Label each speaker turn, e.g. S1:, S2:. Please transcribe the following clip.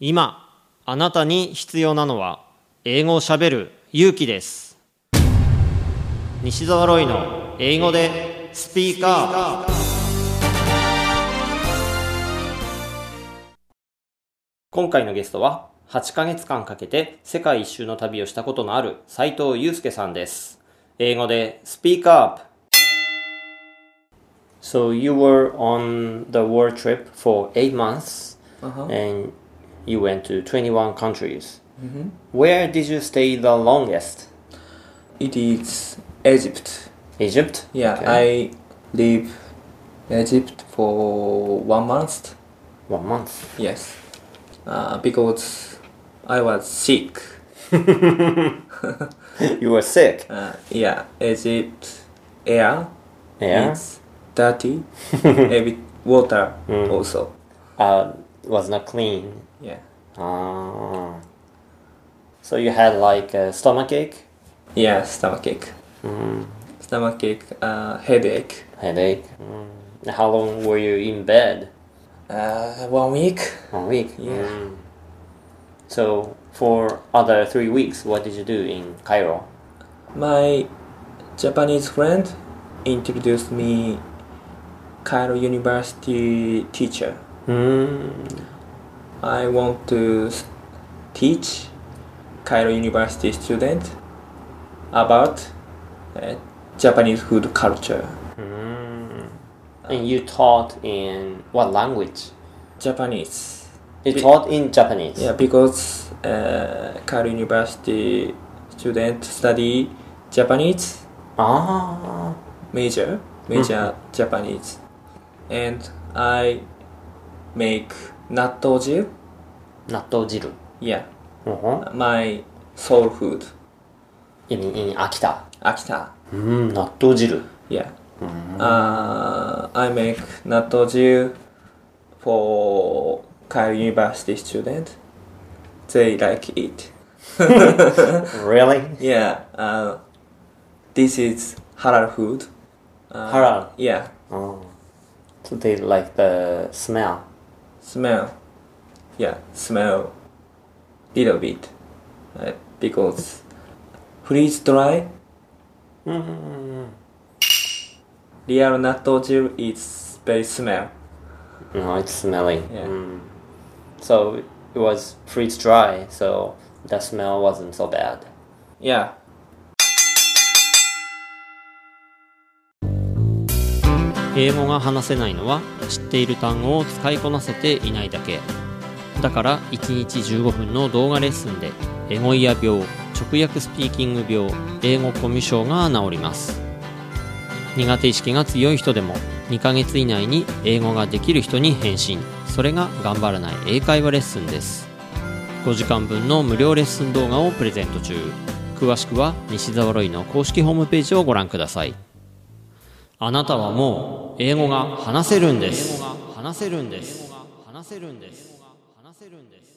S1: 今あなたに必要なのは英語をしゃべる勇気です西澤ロイの英語でスピーカー今回のゲストは8ヶ月間かけて世界一周の旅をしたことのある斉藤祐介さんです英語で Speak Up So you were on the world trip for 8 months
S2: Uh-huh.
S1: and you went to 21 countries.
S2: Mm-hmm.
S1: Where did you stay the longest?
S2: It is Egypt.
S1: Egypt?
S2: Yeah,
S1: Okay.
S2: I live Egypt for one month.
S1: One month.
S2: Yes, uh, because I was sick.
S1: You were sick.
S2: Uh, yeah, Egypt air
S1: Yeah.
S2: is dirty. a bit water also.
S1: Uh, was not clean.
S2: Yeah.
S1: Ah. So you had like a stomachache,
S2: Yeah, stomachache. Mm-hmm. Stomachache, uh, headache.
S1: headache. Mm. How long were you in bed?
S2: Uh, one week.
S1: One week.
S2: Yeah.
S1: Mm. So for other three weeks, what did you do in Cairo?
S2: My Japanese friend introduced me Cairo University teacher.
S1: Mm.
S2: I want to s- teach Cairo University student about uh, Japanese food culture.
S1: Hmm. And you taught in what language?
S2: Japanese.
S1: You taught in Japanese.
S2: Yeah, because uh, Cairo University student study Japanese
S1: Ah.
S2: major major Japanese and I make nattoji
S1: 納豆汁
S2: yeah
S1: うん
S2: my soul food
S1: Uh-huh. in, in Hmm, 秋田
S2: Akita
S1: うん納豆汁
S2: yeah uh, I make nattoji for Kyoto University student they like it
S1: Really?
S2: yeah uh, this is halal food uh,
S1: Halal.
S2: yeah
S1: Oh. So they like the smell
S2: smell yeah smell little bit uh, because freeze dry
S1: Hmm.
S2: real natto gel is very smell
S1: No, it's smelly
S2: Yeah.
S1: Mm. So it was freeze dry so the smell wasn't so bad
S2: yeah
S1: 英語が話せないのは知っている単語を使いこなせていないだけだから1日15分の動画レッスンでエゴイヤ病直訳スピーキング病英語コミュ障が治ります苦手意識が強い人でも2ヶ月以内に英語ができる人に返信それが頑張らない英会話レッスンです5時間分の無料レッスン動画をプレゼント中詳しくは西沢ロイの公式ホームページをご覧くださいあなたはもう英語が話せるんです。英語が話せるんです。英語が話せるんです。英語が話せるんです。